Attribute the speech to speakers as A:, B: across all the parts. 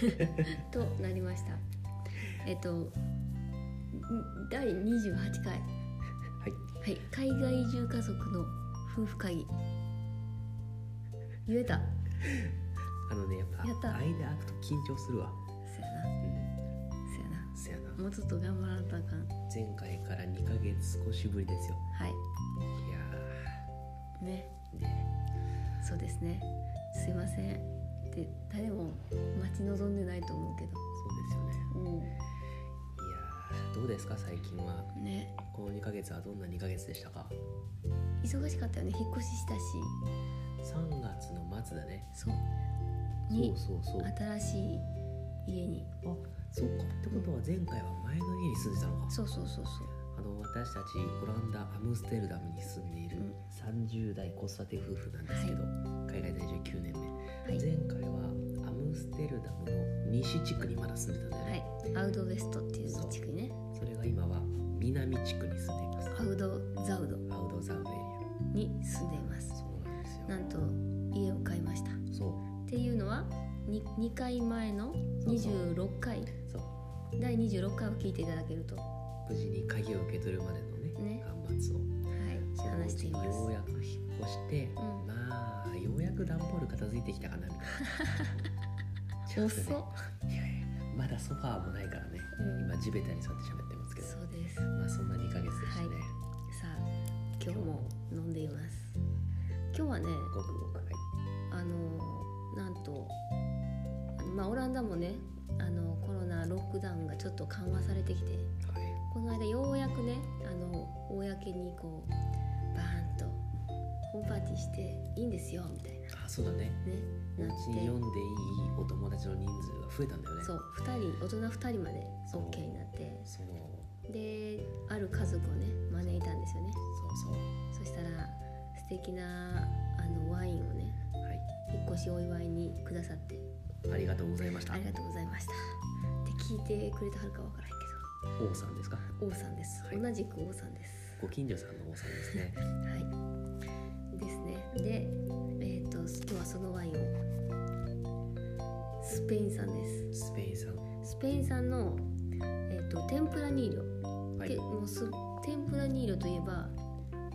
A: となりましたえっとん第28回
B: はい
A: はい海外移住家族の夫婦会議言えた
B: あのねやっ
A: やった
B: ぱ間空くと緊張するわ
A: そや
B: う
A: なんそやな
B: そやな
A: もうちょっと頑張らんとあかん
B: 前回から2ヶ月少しぶりですよ
A: はい
B: や
A: ね
B: ーね
A: そうですねすいませんって誰も待ち望んでないと思うけど
B: そうですよね
A: う
B: いやーどうですか最近は
A: んね
B: この2ヶ月はどんな2ヶ月でしたか
A: 忙しかったよね引っ越ししたし
B: 3月の末だね
A: そう
B: そ
A: に
B: うそうそう
A: 新しい家に
B: あそうかってことは前回は前の家に住んでたのか
A: そうそうそうそう
B: あの私たちオランダアムステルダムに住んでいる
A: うん
B: 30代子育て夫婦なんですけど、海外在住9年目、
A: はい
B: 前回はアムステルダムの西地区にまだ住んでたんだよ
A: は
B: ね、
A: いアウドウェストっていう地区ね
B: それが今は南地区に住んでいます
A: アウドザウド
B: アウドザウエリ
A: に住んでいます
B: アそうなんですよ
A: なんと家を買いましたっ
B: そう
A: ていうのは 2, 2回前の
B: そうそう
A: 26回
B: そう
A: 第26回を聞いていただけるとは
B: 無事に鍵を受け取るまでのね
A: ね
B: 間伐を
A: い
B: そのう
A: 話して
B: ち
A: い
B: よ
A: ます
B: うやく引っ越して、
A: ん
B: まあようやく段ボール片付いてきたかな みたいなちょっとね
A: 遅っ
B: いやいやまだソファーもないからね、
A: うん
B: 今地べたに座って喋ってますけど
A: そうです
B: まあそんな2ヶ月でしたね、
A: はいさあ今日も飲んでいます今日はね
B: ごくごくはい
A: あのなんとまあオランダもねあのコロナロックダウンがちょっと緩和されてきて
B: はい
A: この間ようやくねあの公にこうバーンとホームパーティーしていいんですよみたい
B: あそうだね
A: な
B: う
A: ねな
B: ちに
A: っ
B: 読んでいいお友達の人数が増えたんだよね
A: てそう2人大人2人まで
B: そう
A: OK になって
B: そう
A: である家族をね招いたんですよね
B: そうそう
A: そしたら素敵なあのワインをね
B: はい
A: 引っ越しお祝いにくださって
B: ありがとうございました
A: ありがとうございましたって聞いてくれてはるかわからんけ
B: 王さんですか
A: ど王さんです、
B: はい
A: 同じく王さんです
B: ご近所さんの王さんです ね
A: はいですねでえっ、と今日はそのワインをスペイン産で
B: スペインさん
A: すスペイン産のえっ、と天ぷらニーロ、
B: はい
A: けもうす天ぷらニーロといえば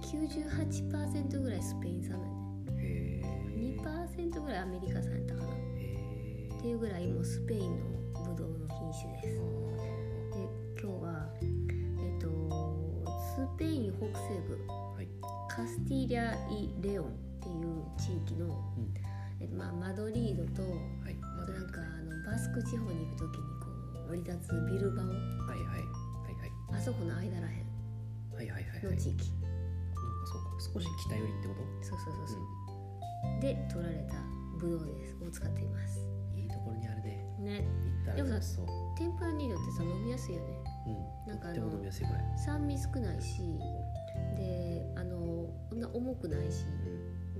A: 98%ぐらいスペイン産なん
B: へ
A: で
B: え
A: 2%ぐらいアメリカ産やったかな
B: へ
A: っていうぐらいもうスペインのブドウの品種で
B: え
A: すで今日はえっとスペイン北西部
B: はい
A: カスティーリャ・イ・レオンっていう地域の、
B: うん
A: えっとまあ、マドリードと
B: はいま
A: なん
B: だ
A: かあのバスク地方に行く時にこう降り立つビルバオ
B: はいはいはいはい
A: あそこの間らへ
B: はいはいはい
A: ん
B: は
A: の
B: い
A: 地域、
B: そうか少し北寄りってこと
A: そうそうそうそう、で取られたブドウですを使っています
B: うんいいところにあるね
A: ね
B: 行ったら
A: でもさ
B: 楽しそう
A: 天ぷらニードってさ飲みやすいよね
B: うん
A: なんかあ
B: と
A: の
B: っても飲みやすいこれ
A: 酸味少ないしであのそんな重くないし
B: うん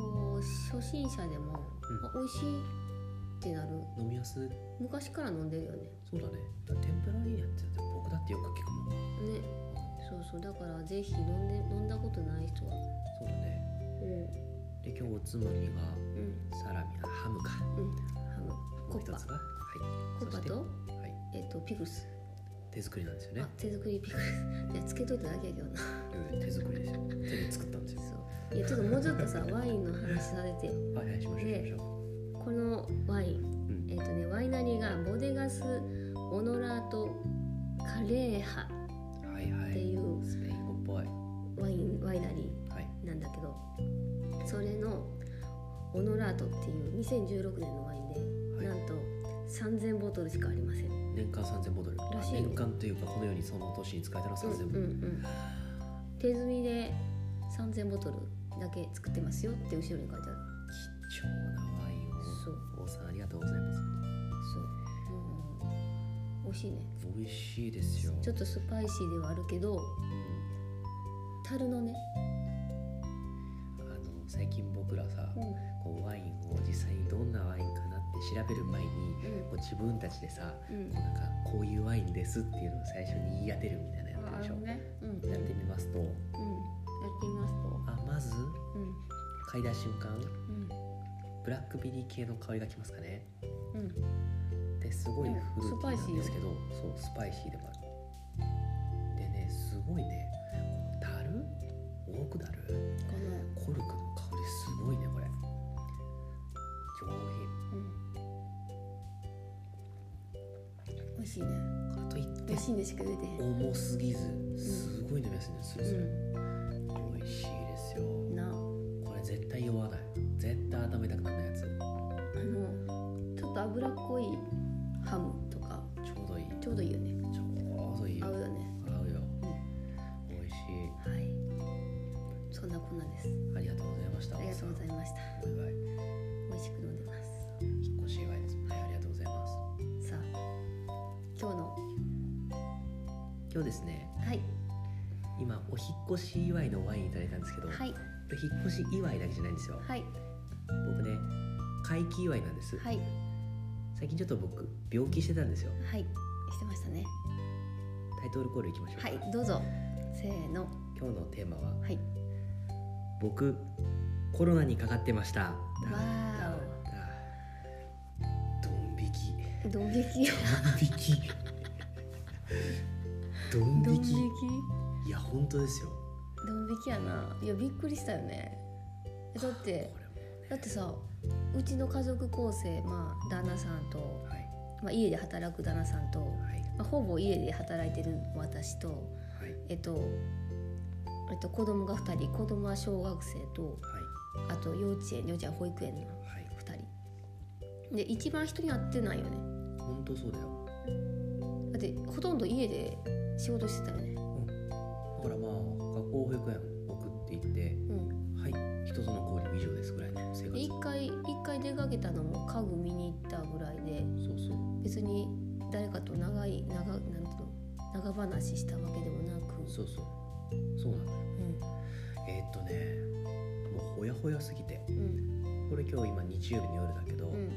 A: こう初心者で
B: うん
A: も、あ美味しいってなる
B: 飲みやすい
A: 昔から飲んでるよね
B: そうだねだから天ぷらいいやつって僕だってよく聞くもん
A: ねそうそうだからぜひ飲んで飲んだことない人は
B: そうだね
A: う
B: で今日おつまみが
A: んうん
B: サラミあハムか
A: うんハム
B: も
A: コ
B: う一
A: ッパ
B: つがはい
A: コッパ
B: そ
A: と
B: してはい
A: えっ、とピクルス、
B: 手作りなんですよね
A: あ手作りピクルス いやつけといただけやけどな
B: うん手作りですよ手で作ったんですよ
A: そういやちょっともうちょっと さワインの話されてよ
B: はいはいしましょうし
A: で
B: ましょ
A: このワイン
B: ううん
A: えっ、とねワイナリーがボデガスオノラートカレーハ
B: はいは
A: ってい
B: いうスペイン語っぽい
A: ワインワイナリー
B: はい
A: なんだけどそれのオノラートっていう2016年のワインで、
B: はい
A: なんと3000ボトルしかありませんうん
B: 年間3000ボトルあ
A: らしいよ
B: 年間というかこのようにその年に使えたら3000ボト
A: う
B: ル
A: んうん手摘みで3000ボトルだけ作ってますよって後ろに書いてある
B: 貴重なワイン
A: そう
B: を王さんありがとうございます
A: そうもう美味しいね
B: 美味しいですよ
A: ちょっとスパイシーではあるけど
B: うん
A: 樽のね、
B: あの最近僕らさ、こうワインを実際にどんなワインかなって調べる前に
A: うん
B: こう自分たちでさ
A: うんうん
B: こうなんかこういうワインですっていうのを最初に言い当てるみたいなやつでしょ、
A: ねうんうん
B: や
A: や
B: っ
A: って
B: みますと
A: てみますと
B: あまず
A: うん
B: 嗅いだ瞬間
A: うん
B: ブラックベリー系の香りがきますかね
A: うん
B: れすごいフルーティーなんですけど、そうスパイシーでもあるでねすごいねこの樽多くなる
A: この
B: コルクの香りすごいねこれ上
A: うん美味しいね
B: 品かといって
A: 美味しいねしか出てへん
B: 重すぎずすごい飲みやすいねスルスル美味しいですよ
A: うんな
B: これ絶対酔わない絶対温めたくならないやつ
A: あのちょっと脂っこいハムとか
B: ちょうどいい
A: ちょうどいいよね
B: ちょうどいい
A: 合
B: 合
A: うよね
B: うよ
A: うん
B: 美味しい
A: はいそんなこんなです
B: ありがとうございました
A: ありがとうございました
B: お祝い
A: 美味しく飲んでます
B: 引っ越し祝いですはいありがとうございます
A: さあ今日の
B: 今日ですね
A: はい
B: 今お引っ越し祝いのワインいただいたんですけど、
A: はい
B: これ引っ越し祝いだけじゃないんですよ
A: はい
B: 僕ね回帰祝いなんです、
A: はい
B: 最近ちょっと僕病気してたんですよ
A: はいしてましたね
B: タイトルコールいきましょうか、
A: はいどうぞせーの
B: 今日のテーマは
A: はい
B: 僕コロナにかかってました
A: わ
B: ドン引き
A: ドン引き
B: ドン引きドン
A: ドン
B: 引
A: 引き
B: きいや本当ですよ
A: ドン引きやないやびっくりしたよねえだって
B: これもね
A: だってさうちの家族構成まあ旦那さんと、
B: はい
A: まあ、家で働く旦那さんと、
B: はい
A: まあ、ほぼ家で働いてる私と
B: はい
A: えっとえっと子供が2人子供は小学生とあと幼稚園幼稚園保育園の
B: はいはい
A: 2人で一番人に会ってないよね
B: 本当そうだよ
A: だってほとんど家で仕事してたよね
B: だからまあ学校保育園送って行って
A: うん
B: はい人との交流以上ですぐらいの生活
A: で一回一回出かけたのも家具見に行ったぐらいで
B: そうそう
A: 別に誰かと長い長なんていうの長話したわけでもなく、
B: そうそうそうなのよえーっとねもうほやほやすぎて
A: うんうん
B: これ今日今日曜日の夜だけど、
A: うん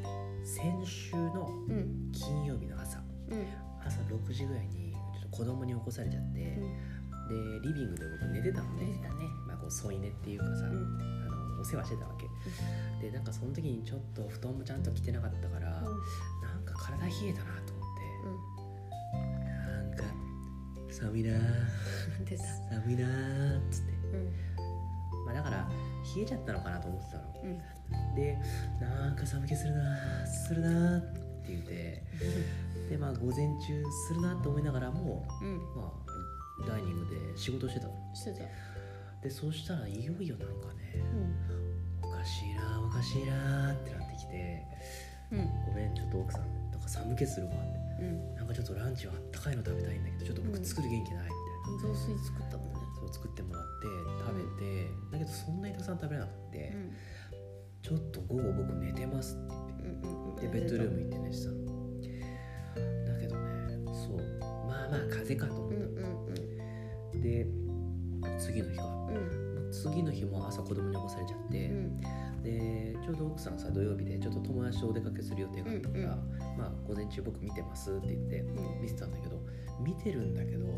B: 先週の
A: うん
B: 金曜日の朝
A: うん
B: 朝6時ぐらいにちょっと子供に起こされちゃって、でリビングで僕寝てたの
A: 出
B: ね、
A: てたね
B: まあ、こう添い寝っていうかさ、
A: うん
B: あのお世話してたわけ、でなんかその時にちょっと布団もちゃんと着てなかったから、なんか体冷えたなと思っ
A: うん
B: て、なんか寒いなー
A: うん出た
B: 寒いなーっつって、
A: うん
B: まあ、だから冷えちゃったのかなと思ってたの
A: うん
B: でなんか寒気するなーするなーって言ってでまあ午前中するなと思いながらも
A: うん
B: まあダイニングで仕事してたの
A: してた
B: でそうしたらいよいよなんかね
A: うん
B: おかしいなおかしいなってなってきて
A: うん
B: ごめんちょっと奥さんなんか寒気するわって
A: うん
B: なんかちょっとランチはあったかいの食べたいんだけどちょっと
A: うん
B: 僕作る元気ないみたいな、
A: 雑炊作ったもんね
B: そう作ってもらって食べて、だけどそんなにたくさん食べれなくて、
A: うん
B: ちょっと午後僕寝てますって
A: うんうんうん
B: でベッドルーム行って寝てたのだけどねそうまあまあ風邪かと思っ
A: うん
B: た、
A: うんうん
B: で次の日か
A: うん
B: 次の日も朝子供に起こされちゃっ
A: う
B: て、
A: ん
B: でちょうど奥さんさ土曜日でちょっと友達とお出かけする予定があったから、
A: う
B: まあ午前中僕見てますって言って
A: うん
B: 見てたんだけど見てるんだけども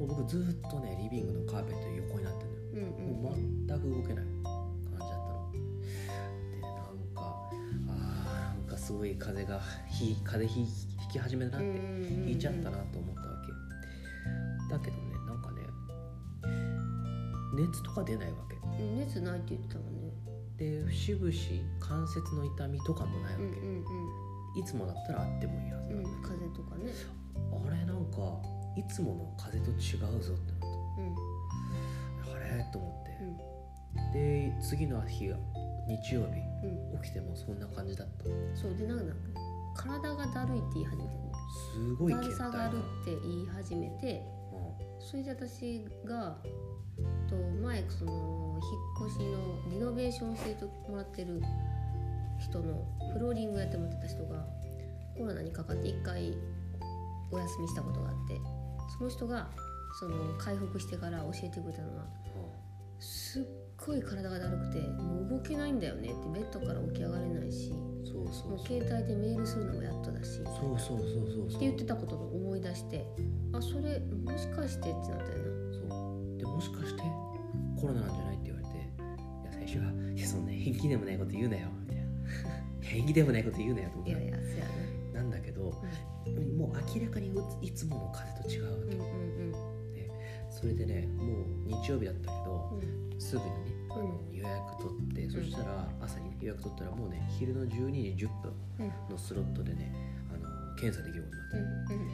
B: う僕ずーっとねリビングのカーペット横になってるのよ
A: うんうん
B: もう全く動けない感じだったのでなんかあーなんかすごい風がひ風邪ひひき始めたなって
A: うん
B: 引いちゃったなと思ったわけだけどねなんかね熱とか出ないわけ
A: うん熱ないって言ってたもんね
B: で節々関節の痛みとかもないわ
A: うん
B: け、
A: うんうん
B: いつもだったらあってもいいはずなん
A: うん
B: だ
A: 風邪とかね
B: けど、あれなんかいつもの風と違うぞってな
A: うん
B: ってあれと思
A: う
B: って、
A: ん
B: で次の日が日曜日
A: うん
B: 起きてもそんな感じだった
A: そうでなんか体がだるいって言い始めてね
B: すごい
A: だる
B: 倦
A: さ
B: 怠
A: があ
B: 感
A: るって言い始めてそれで私がと前その引っ越しのリノベーションしてもらってる人のフローリングやってもらってた人がコロナにかかって一回お休みしたことがあってその人がその回復してから教えてくれたのはすっごい体がだるくてもう動けないんだよねってベッドから起き上がれないし
B: うんそうそ
A: も
B: う
A: う
B: そう
A: 携帯でメールするのもやっとだし
B: そうそうそうそう
A: っ
B: そ
A: て言っ
B: う
A: てたことを思い出してあそれもしかしてってなったよな
B: そうでもしかしてコロナなんじゃないって言われていや最初はいやそんな 平気でもないこと言うなよみたいな平気でもないこと言うなよと思っ
A: い
B: て
A: やいやそうやな
B: なんだけどもう明らかにうついつもの風と違うわ
A: うん
B: け
A: うんうん
B: それでねもう日曜日だったけど
A: うん
B: すぐにねあ
A: うん
B: の予約取ってそしたら朝にね予約取ったらもうね昼の12時10分
A: うん
B: のスロットでねあの検査できるようになった
A: うん
B: で、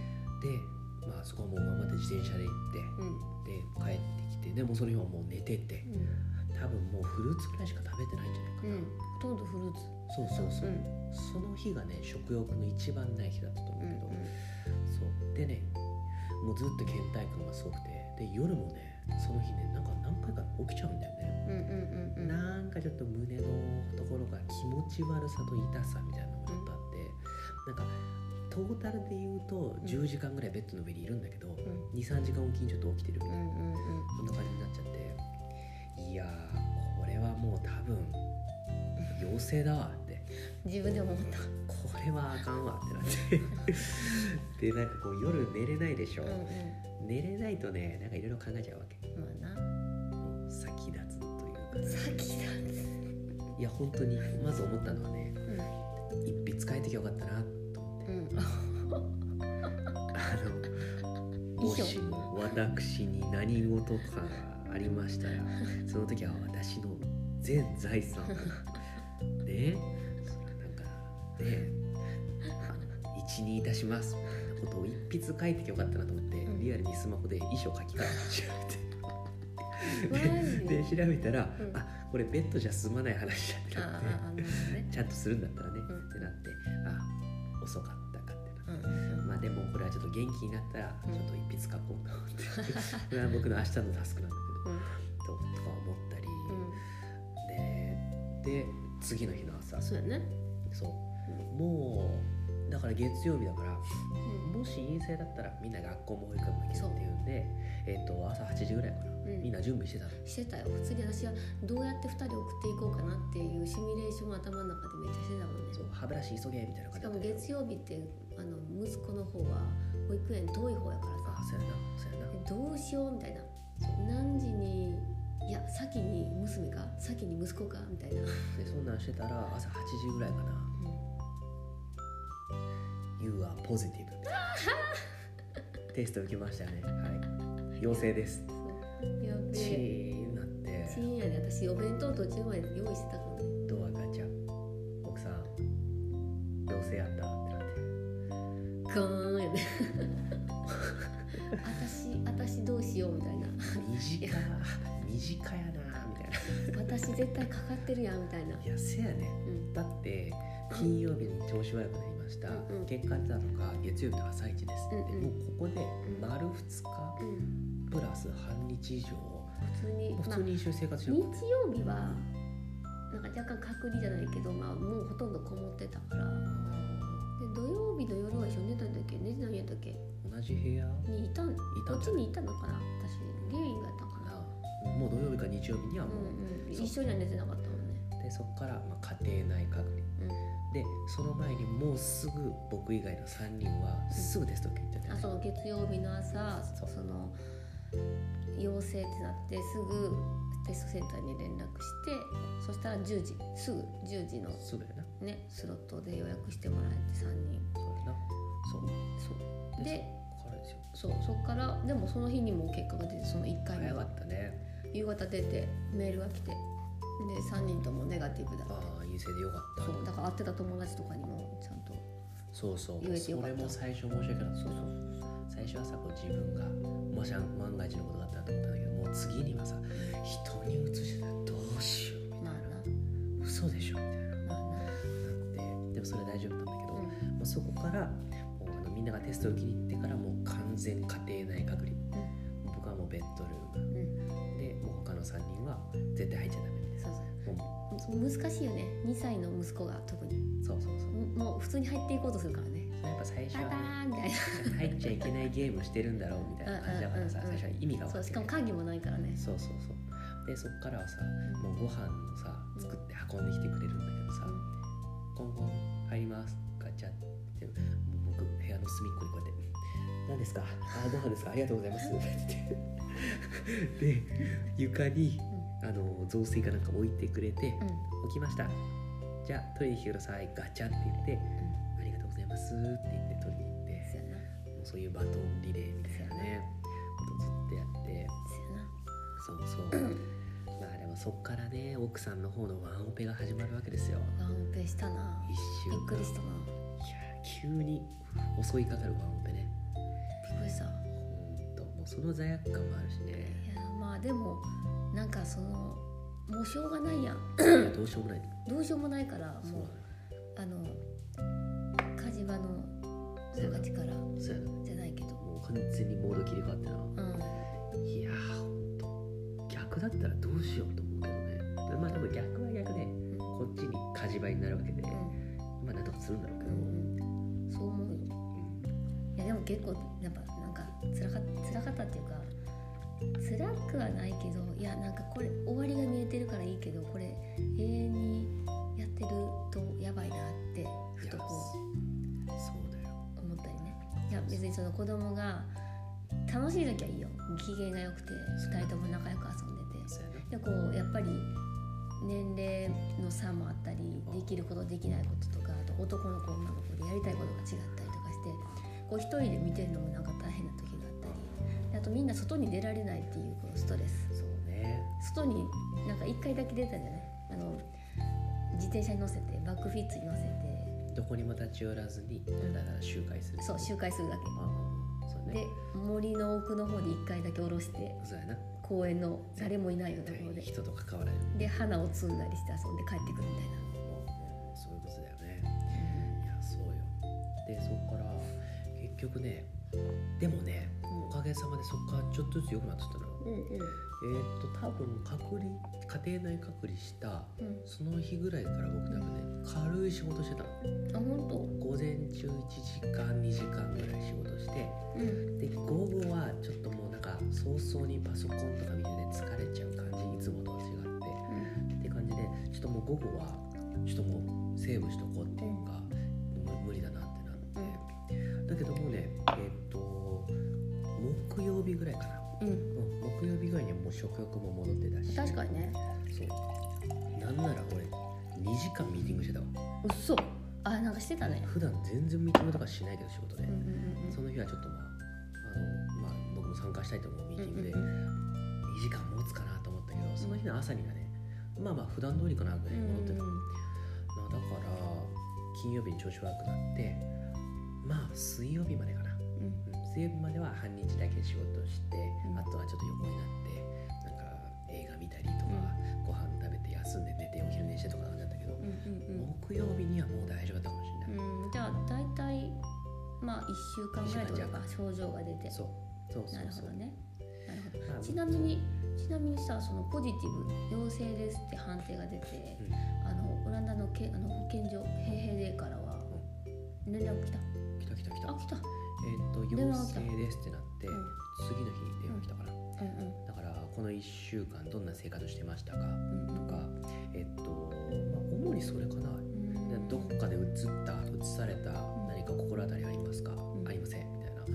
B: まあ、そこはもう頑張って自転車で行
A: うんうん
B: ってで帰ってきてでもうその日はもう寝てて多分もうフルーツぐらいしか食べてないんじゃないか
A: う
B: な、
A: んほとんどフルーツ
B: そうそうそうう、
A: ん
B: その日がね食欲の一番ない日だったと思う
A: う
B: け
A: ん
B: ど、そうでねもうずっと倦怠感がすごくてで夜もねその日ねなんか何回か起きちゃうんだよね、
A: うんうんうんうん
B: なんかちょっと胸のところが気持ち悪さと痛さみたいなのがちょっとあって、なんかトータルで言うと
A: ん
B: 10時間ぐらいベッドの上にいるんだけど、
A: うん
B: 23時間おきにちょっと起きてるみたい
A: うん
B: な、
A: うんうん
B: こんな感じになっちゃっていやーこれはもう多分陽性だわって
A: 自分でも思った
B: これはあかんわってなってでなんかこう夜寝れないでしょ、
A: うんうん
B: 寝れないとねなんかいろいろ考えちゃうわけ
A: まあな
B: 先立つというか
A: 先だ
B: いや本当にまず思ったのはね一筆書いてきゃよかったなと思って
A: うんあ
B: あのも
A: 以上
B: し私に何事かありま したらその時は私の全財産をねそれはなんかね一任いたしますみたいなことを一筆書いてきゃよかったなと思って、
A: うん
B: リアルにスマホで遺書書き換え
A: マジ
B: てで
A: で
B: 調べたら、
A: うん
B: あこれベッドじゃ済まない話だって
A: ああ
B: なっ
A: あ
B: て
A: なるほどね
B: ちゃんとするんだったらね、
A: うん
B: ってなってあ遅かったかってな
A: うんうん
B: まあでもこれはちょっと元気になったら
A: うん
B: ちょっと一筆書こうかなってこれは 僕の明日のタスクなんだ
A: うん
B: けどととか思ったり、
A: う
B: でで次の日の朝
A: ん
B: そ
A: そうやね
B: う、
A: う
B: もうだから月曜日だから
A: うん
B: もし陰性だったらみんな学校も保育園も行けるっていうんで、えっと朝8時ぐらいかな、
A: うん
B: みんな準備してたの
A: してたよ次私はどうやって2人送っていこうかなっていうシミュレーションを頭の中でめっちゃしてたもんね
B: そう歯ブラシ急げみたいな感じ
A: し
B: だっ
A: かも
B: たけど
A: 月曜日ってあの息子の方は保育園遠い方やから
B: あそう
A: さ
B: やなそうやな
A: でどうしようみたいな何時にいや先に娘か先に息子かみたいな、
B: でそんなんしてたら朝8時ぐらいかな You are positive テスト受けましたよねはい陽性です
A: やべ
B: チ
A: え
B: ーンなって
A: 深夜で私お弁当途中まで用意してたからね
B: ドアガチャ奥さん陽性やったってなって
A: ガー ンやね私私どうしようみたいな
B: 短短やなみたいな
A: 私絶対かかってるやんみたいな、
B: いやせやね
A: うん、
B: だって金曜日に調子悪くなりました
A: うんうん
B: 結果だとか月曜日の朝一ですって、
A: うんうん
B: もうここで
A: ん
B: 丸2日
A: うん、
B: プラス半日以上
A: 普通に
B: 普通に一緒に生活して
A: 日
B: るから
A: 曜日はなんか若干隔離じゃないけど、まあ、もうほとんどこもってたからで土曜日の夜は一緒に寝たんだっけ寝てないんやったっけ
B: 同じ部屋
A: にいたんこ
B: いたん
A: っ
B: じ
A: ち
B: ゃない
A: にいたのかな私リビングやったんかな
B: なもう土曜日か日曜日には
A: う
B: もう、
A: んうん
B: そう
A: 一緒には寝てなかったもんね
B: でそこから、まあ、家庭内隔離でその前にもうすぐ僕以外の3人はすぐテスト受けちゃって
A: うんあそう月曜日の朝
B: そう
A: その陽性ってなってすぐテストセンターに連絡してそしたら10時すぐ10時の
B: そうだよな
A: ねスロットで予約してもらえて3人
B: そうだよなそう
A: そうで
B: こからですよ
A: そうそこからでもその日にもう結果が出てその1回目
B: 早か
A: が
B: ったね
A: 夕方出てメールが来てで3人ともネガティブだ
B: ああ陰性でよかった
A: そうだから会ってた友達とかにもちゃんと
B: そうそう
A: 言えてよ
B: そ
A: かっ
B: れ
A: た
B: も最初申し訳なかったそうそう最初はさこう自分がもし万が一のことがあったらと思ったんだけどもう次にはさ人にうつしてたらどうしよ
A: まあ
B: う嘘でしょみたいな
A: なまあな
B: ってでもそれは大丈夫なんだけど、
A: うん
B: まあ、そこからもうあのみんながテストを受けに行ってからもう完全家庭内隔離、僕はもうベッドルーム
A: うん
B: でもう他の3人は絶対入っちゃダメみたい
A: そう
B: なも
A: そう難しいよね2歳の息子が特に
B: うそうそうそう
A: ももう普通に入っていこうとするからね
B: それやっぱ最初
A: タ
B: は
A: タ
B: ね
A: ーンみたい
B: 入っちゃいけないゲームしてるんだろうみたいな感じだからさ
A: うんうんうん
B: 最初は意味が分
A: なそ
B: か
A: う
B: って
A: し
B: な
A: か
B: い
A: も会議もないからね
B: そうそうそうでそっからはさもうご飯をさ作って運んできてくれるんだけどさ「
A: う
B: コンコン入ります」ガチャってもう僕部屋の隅っこにこうやって「何ですかあご飯ですかありがとうございます」って言ってで床にあの雑炊かなんか置いてくれて
A: ん
B: 「置きましたじゃあ取りに来てくださいガチャ」って言って「ありがとうございます」って言って取りにそういうバトンリレーみたいなねことずっとやってそうそうまあでもそっからね奥さんの方のワンオペが始まるわけですよ
A: なワンオペしたな
B: 一週
A: びっ
B: 間
A: くりしたない
B: や急に襲いかかるワンオペね
A: びっくりしたい
B: うんともうその罪悪感もあるしね
A: やまあでもなんかそのもうしょうがないやん
B: いやどうしようもない
A: どうしようもないから
B: そう
A: もうあの火事場の
B: そうやな
A: 力
B: そうやな
A: じゃないけど
B: もう完全にモード切り替わってな
A: うん
B: いやーほんと逆だったらどうしようと思うけどねまあでも逆は逆で
A: うん
B: こっちに火事場になるわけで
A: うん
B: まあなんとかするんだろうけ
A: う
B: ど、
A: んそう思うよ
B: うん
A: いやでも結構やっぱなんか辛か辛かったっていうか辛くはないけどいやなんかこれ終わりが見えてるからいいけどこれ永遠にやってるとやばいなってふ
B: いや
A: とこう
B: そうだよ
A: 思ったりねいや別にその子供が楽しい時はいいよ機嫌が良くて2人とも仲良く遊んでて
B: そうやな
A: でこうやっぱり年齢の差もあったりできることできないこととかあと男の子女の子でやりたいことが違ったりとかしてこう一人で見てるのもなんか大変な時があったりであとみんな外に出られないっていうこのストレス
B: そうね
A: 外になんか1回だけ出たじゃないあの自転車に乗せてバックフィッツに乗せて
B: どこにも立ち寄らずにだらだら周回する
A: そう周回するだ
B: あ
A: け
B: あそう
A: で
B: ね
A: 森の奥の方で1回だけ下ろして
B: そうやな
A: 公園の誰もいないようなところ
B: 対
A: で
B: 人と関わらない
A: で花を摘んだりして遊んで帰ってくるみたい
B: もうもうそういうことだよねいやそうよでそこから結局ねでもねおかげさまでそこからちょっとずつ良くなってったの
A: な。うんうん
B: えーっと多分隔離家庭内隔離した
A: うん
B: その日ぐらいから僕多分ね軽い仕事してたの
A: あ本
B: 午前中1時間2時間ぐらい仕事して
A: 当。うん
B: で午後はちょっともうなんか早々にパソコンとか見てね疲れちゃう感じいつもとは違ってって感じでちょっともう午後はちょっともうセーブしとこうっていうか、もう無理だなってなって、だけどもうねえっと木曜日ぐらいかな、
A: うんうん
B: うん、木曜日ぐらいにはもう食欲も戻ってたし
A: 確かにね。
B: そうなんなら俺2時間ミーティングしてたわ
A: うっそ。あなんかしてたね。
B: 普段全然ミーティングとかしないけど仕事で、
A: うんうんうん
B: その日はちょっとまああの、まあ、僕も参加したいと思うミーティングで
A: うんうん
B: 2時間持つかなと思ったけどその日の朝にはねまあまあ普段通りかなぐ
A: う
B: らい
A: ん
B: に戻ってた、
A: うん
B: まあだから金曜日に調子悪くなってまあ水曜日までかな、
A: うん
B: うん水曜日までは半日だけ仕事して、
A: うん
B: あとはちょっと横になってなんか映画見たりとか、ご飯食べて休んで寝てお昼寝してとかなんだったけど、
A: うん
B: 木曜日にはもう大丈夫だったかもしれない、
A: うんうん。じゃあ大体まあ一週間ぐらい
B: 一
A: と
B: 週間
A: か症状が出て。
B: そうそうそう
A: なるほ
B: そう
A: どね。なるほ
B: ま
A: ど。
B: あ
A: ちなみにちなみにさそのポジティブ陽性ですって判定が出て、
B: うん
A: あのオランダのけあの保健所ヘイヘイデーからは連絡来た
B: 来た来た来た
A: あ来た
B: えーっと陽
A: 電話が来た
B: 性ですってなって、
A: うん
B: 次の日に電話来たから、
A: うんうん
B: だからこの1週間どんな生活してましたか
A: うん
B: とかえーっと、まあ、主にそれかな
A: うん
B: でどこかで移った移された何か心当たりありますか、
A: ん
B: ありませんみたいな、
A: うん
B: う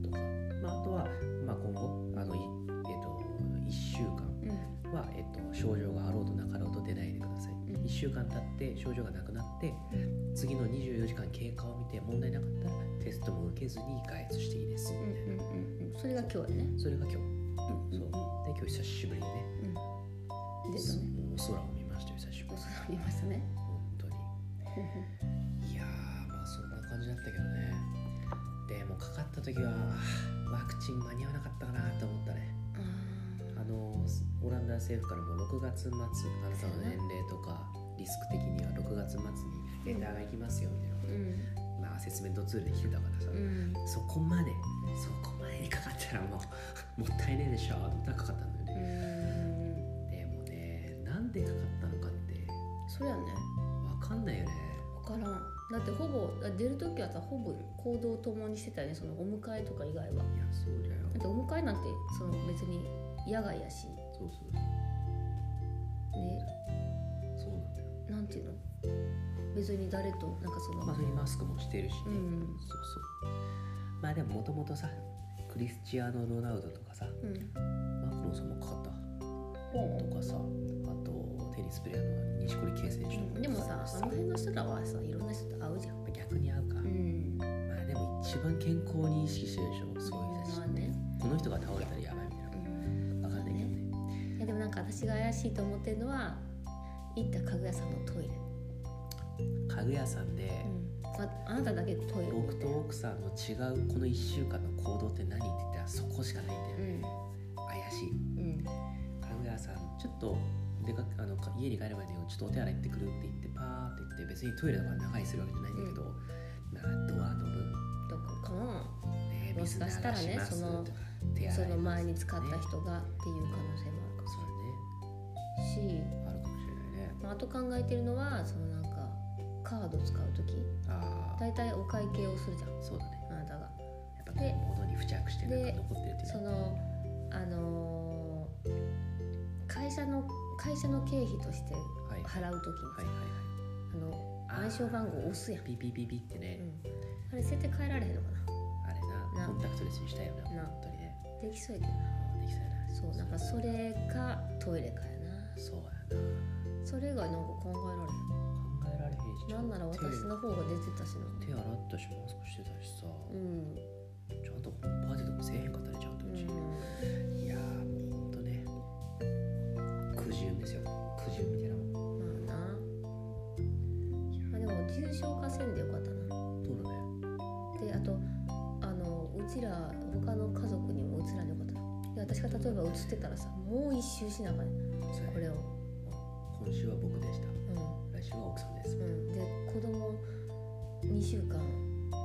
B: んとか、まあ、あとは、まあ、今後あのい、えーっと1週間
A: うん
B: は、えーっと症状があろうとなかろうと出ないでください、
A: ん
B: 1週間経って症状がなくなって
A: う
B: 次の24時間経過を見て問題なかったらテストも受けずに外出していいですみ
A: うん
B: たいな、
A: うんうんそれが今日やね
B: それが今日
A: うん
B: そうで今日久しぶりにね
A: うんですね
B: もう空を見ましたよ久しぶ
A: お
B: り
A: 世話になりましたね
B: 本当にいやーまあそんな感じだったけどねでもかかった時はワクチン間に合わなかったかなと思ったね
A: あー
B: あのオランダ政府からも6月末あなたの年齢とかリスク的には6月末にレターが行きますよみたいなこ
A: うん
B: と、まあアセスメントツールで来てたからさ、
A: うん
B: そこまでそこまでにかかったらもう もったいねえでしょと思ったらかかったんだよ
A: う
B: ね、
A: ん
B: でもねなんでかかったのかって
A: それやね
B: わかんないよね
A: 分からんだってほぼあ出る時はさほぼ行動を共にしてたよねそのお迎えとか以外はい
B: やそうだよ
A: だってお迎えなんてその別に野外やし
B: そうそう
A: ね
B: そうなんだよ
A: なんていうの別に誰となんかその、
B: まあそれにマスクもしてるしね、
A: うん
B: そうそうまあでももともとさクリスチアーノ・ロナウドとかさ
A: うん
B: マクロンさんもかかったとかさあとテニスプレーヤーの錦織圭選手とか
A: でも
B: かか
A: さ
B: ったし
A: あの辺の人らはさいろんな人と会うじゃん
B: 逆に合うか、
A: うん
B: まあでも一一番健康に意識してるでしょそういう人たち
A: まあ
B: って、
A: ね、
B: この人が倒れたらやばいみたい
A: うん、
B: な分かんないけどね
A: いやでもなんか私が怪しいと思ってるのは行った家具屋さんのトイレ、
B: 家具屋さんで、
A: うん、ああなただけトイレみ
B: 僕
A: た
B: と
A: いな
B: 奥さんの違うこの1週間の行動って何って言ったらそこしかないんだよ
A: う
B: ね、
A: ん
B: 怪しい
A: うん
B: 家具屋さんちょっと出かあのか家に帰る前にちょっとお手洗い行ってくるって言ってパーって言って別にトイレだから長いするわけじゃないんだけど、まあドアノ
A: とかかな
B: ブ、ね、
A: もしかしたらね
B: 水流します
A: その
B: とか手洗います
A: その前に使った
B: ね
A: 人がっていう可能性もあるかも
B: そ
A: しれない
B: れ
A: し
B: ねあるかもしれないね
A: まあ、あと考えてるのはそのなんかカード使う時
B: ああ
A: 大体お会計をするじゃん
B: そうだね
A: あなた
B: やっ
A: が
B: ぱこう物に付着してなんか
A: で
B: 残ってるっていう
A: そ
B: か
A: のあのー会社の会社の経費として
B: はいはい
A: 払う時に
B: はいはいあー
A: あの暗証番号押すやん、
B: ピピピピってね、
A: うんあれ設定変えられへんのか
B: あれな
A: な
B: コンタクトレスにしたいよな
A: な
B: 本当にね
A: なできそうやけど
B: あ
A: な
B: ーできそうやな
A: そうなんかそれかトイレかや
B: そうやな
A: なそれ以外なんか考え
B: 考えら
A: られへ
B: れへんし
A: んなんなら
B: ちょっと
A: 私の方が出てたしな
B: 手手洗ったしマスクしてたしさ、
A: うん
B: ちゃんとホームパーティーとかせえへんかったねちゃんと
A: う
B: うち、
A: ん
B: いやーもうほんとね苦渋ですよ苦渋みたいなもん
A: まあなまあでも重症化せんでよかったな
B: そうだね
A: であとあのうちら他の家族にもうつらんでよかったないや私が例えばうつってたらさもう一周しなあかんねん
B: そうやね
A: これを
B: 今週は僕でした
A: う
B: 来週は奥さんです
A: んうんで子供2週間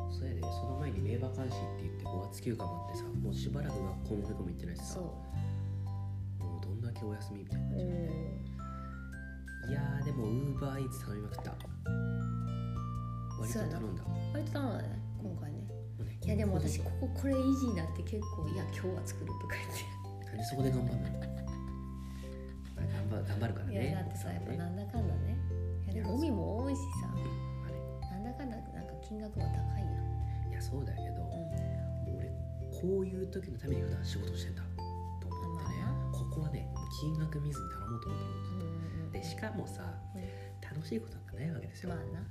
B: そうやでその前に名馬監視って言って5月休暇もあってさもうしばらく学校も保育も行ってないしさ
A: そ
B: も
A: う
B: うどんだけお休みみたいな感
A: う
B: じで、
A: ん
B: いやーでもウーバーイーツ頼みまくった割と
A: そうや
B: 頼
A: なん
B: だ
A: 割と頼んだね今回ね
B: もうね
A: いやでも私
B: 個
A: こここれ維持になって結構いや今日は作るとか言っ
B: 人
A: て
B: なんでそこで頑張るのまあ頑張頑張るからね
A: いやだってさやっぱ
B: ね
A: なんだかんだねいやでもゴミも多いしさ
B: あ
A: なんだかんだなんか金額も高いやん
B: れいやそうだけど、も
A: う
B: う俺こういう時のために普段仕事してんだと思ってね
A: まあ
B: ここはね金額見ずに頼もうと思って
A: んうんうん
B: でしかもさ、
A: うん
B: 楽しいことなんかないわけですよ、
A: まあな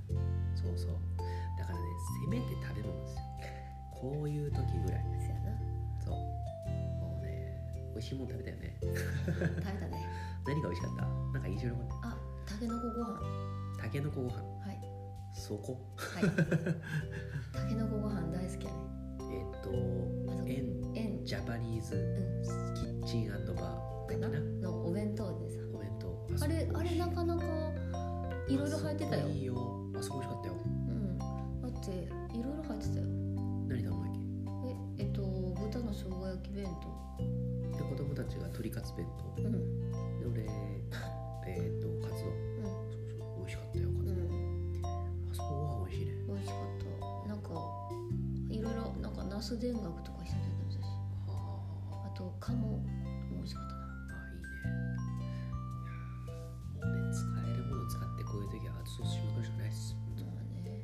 B: そうそうだからねせめて食べ物ですよこういう時ぐらい
A: そうやな
B: そうもうね美味しいもん食べたよね
A: 食べたね
B: 何が美味しかったなんか印象に残っ
A: あたけのこご飯
B: たたけのこご飯
A: はい
B: そこ
A: はいたけのこご飯大好きやね
B: えっと
A: あそこ
B: エン
A: えん
B: ジャパニーズ
A: う
B: キッチンバー
A: ん
B: だ
A: か
B: っ
A: な
B: けな
A: のお弁当でさ
B: お弁当
A: あれあれなかなかいろいろ入ってたよ
B: あそこいいよあそこ美味しかったよ
A: うんだっていろいろ入ってたよ
B: 何頼んだっけ
A: ええっと豚の生姜焼き弁
B: で子供たちが鶏カツ弁
A: 当うんうん
B: 当で俺 えっとカツ丼そうそう美味しかったよカツ
A: う
B: 丼
A: ん
B: あそこご飯美味しいね
A: 美味しかったなんかいろいろなんかナス田楽とかしてたけどし
B: あ
A: あと鴨も美味しかったな
B: ああいいねいやもうね使えるものを使ってこういう時はアウトソースしまくるしかないっす本当
A: まあね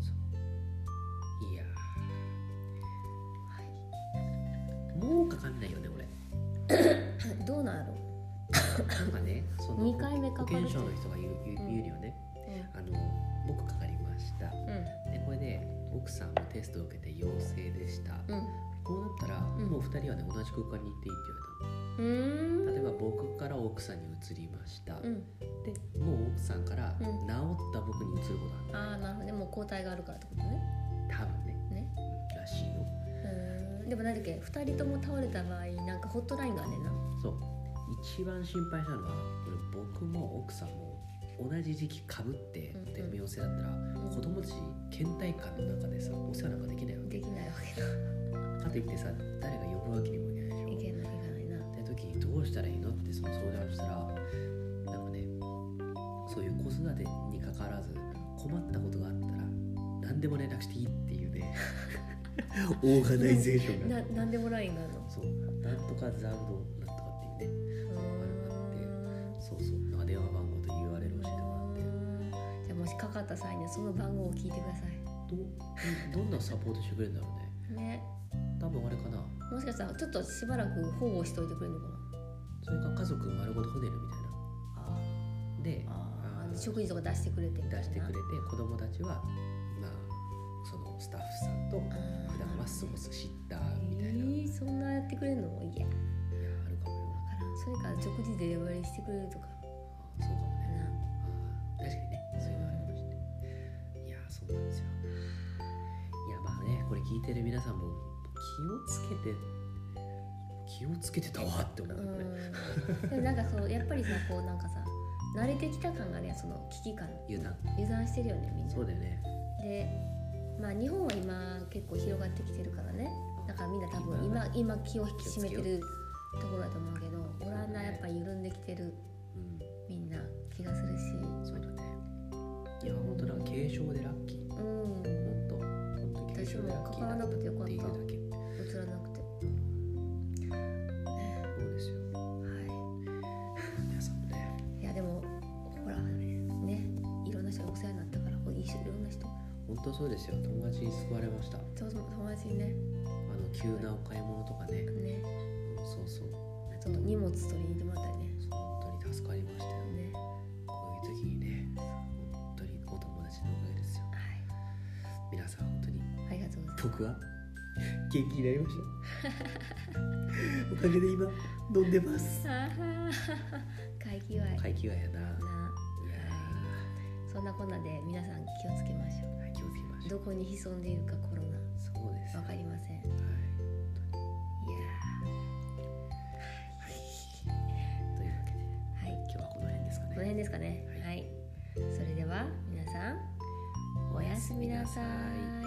B: そういや
A: は
B: ーもうかかんないよね俺
A: いどうなんやろ
B: なんかねその
A: 二回目かかる
B: 保
A: って
B: 健所の人が言う言う
A: うん
B: 言うにはね、あの僕かかりました
A: う
B: でこれで奥さんもテストを受けて陽性でした、
A: ん
B: こうなったら、
A: ん
B: もう2人はね同じ空間に行っていいって
A: う
B: 言
A: ん
B: われたの例え
A: う
B: ば僕から奥さんに移りました、
A: ーんうん
B: でもう奥さんから治
A: うん
B: った僕に移ることある
A: ああなるほどねもう抗体があるからってことね
B: 多分ね
A: ね
B: うんらしいよ
A: うーんでも何だっけ2人とも倒れた場合なんかホットラインがあんねんな
B: そう一番心配したのは俺僕も奥さんも同じ時期かぶって
A: うんうん
B: 天陽性だったら、子供たち倦怠感の中でさお世話なんかできないわけ
A: できないわけだ
B: かといってさ誰が呼ぶわけにもいかない
A: い
B: でし
A: けないいかないな
B: ょって時にどうしたらいいのってその相談をしたらなんかねそういう子育てにかかわらず困ったことがあったら何でも連絡していいっていう ねオーガナイゼーションが
A: ななんでもラインがあるの
B: そうなんとかザウドなんとかっていうね
A: うーん
B: そうそうなんか電話番号と URL 教えてもらって
A: じゃあもしかかった際にはその番号を聞いてくださ
B: どどんなサポートしてくれるんだろうね
A: いね
B: 多分あれかな
A: もしかしたらちょっとしばらく保護しておいてくれるのか
B: それか家族丸ごとホテルみたいな
A: な
B: で
A: あ
B: あ
A: あ
B: の
A: 食事とか出してくれてみたいな
B: 出してくれて子供たちはまあそのスタッフさんと
A: あー
B: スモス知ったみた
A: え
B: いな、い
A: ー、そんなやってくれるのいや
B: やあるかもよ
A: わからんそれから直時でレバリしてくれるとか
B: あそうかもねあ確かにねそういうのあるかもしれないいやそうなんですよいやまあねこれ聞いてる皆さんも気をつけて気をつけてたわって思う
A: う
B: よね、
A: んでもなんかそうやっぱりさこうなんかさ慣れてきた感がねその危機感
B: 油断
A: 油断してるよねみんな
B: そうだよね
A: でまあ日本は今結構広がってきてるからねだからみんな多分今今気を引き締めてるところだと思うけどオランダはやっぱり緩んできてる
B: うん
A: みんな気がするし
B: そうだねいや本当なんか軽症でラッキー
A: うん
B: 本当本当軽症でラッキーだったっていうだけ
A: 映らなくては
B: そうですよ皆さんもね
A: いいやでもほらねいろんな人がお世話になったからこういい人いろんな人
B: 本当そうですよ友達に救われましたあ
A: そうそう友達にね
B: の急なお買い物とかね
A: ね
B: うんそうそう
A: あと荷物取りに行ってもらったりね
B: 本当に助かりましたよ
A: ね
B: こういう時にね本当にお友達のおかげですよ
A: は
B: 皆さん本当に
A: いありがとうございます
B: 僕は 元気になりました おかげで今飲んでます
A: あー会議はな
B: 会気がやないや
A: そんなこんなで皆さん気をつけましょ
B: ーはい気をつけま
A: う
B: しょう
A: どこに潜んでいるかコロ
B: そうです
A: ナ
B: よ
A: わか
B: はい
A: りませんいや
B: というわけで
A: ーはい
B: 今日はこの辺ですか
A: この
B: ね
A: 辺ですかねはい、それでは皆さんおやすみなさ
B: おやすみなさ
A: い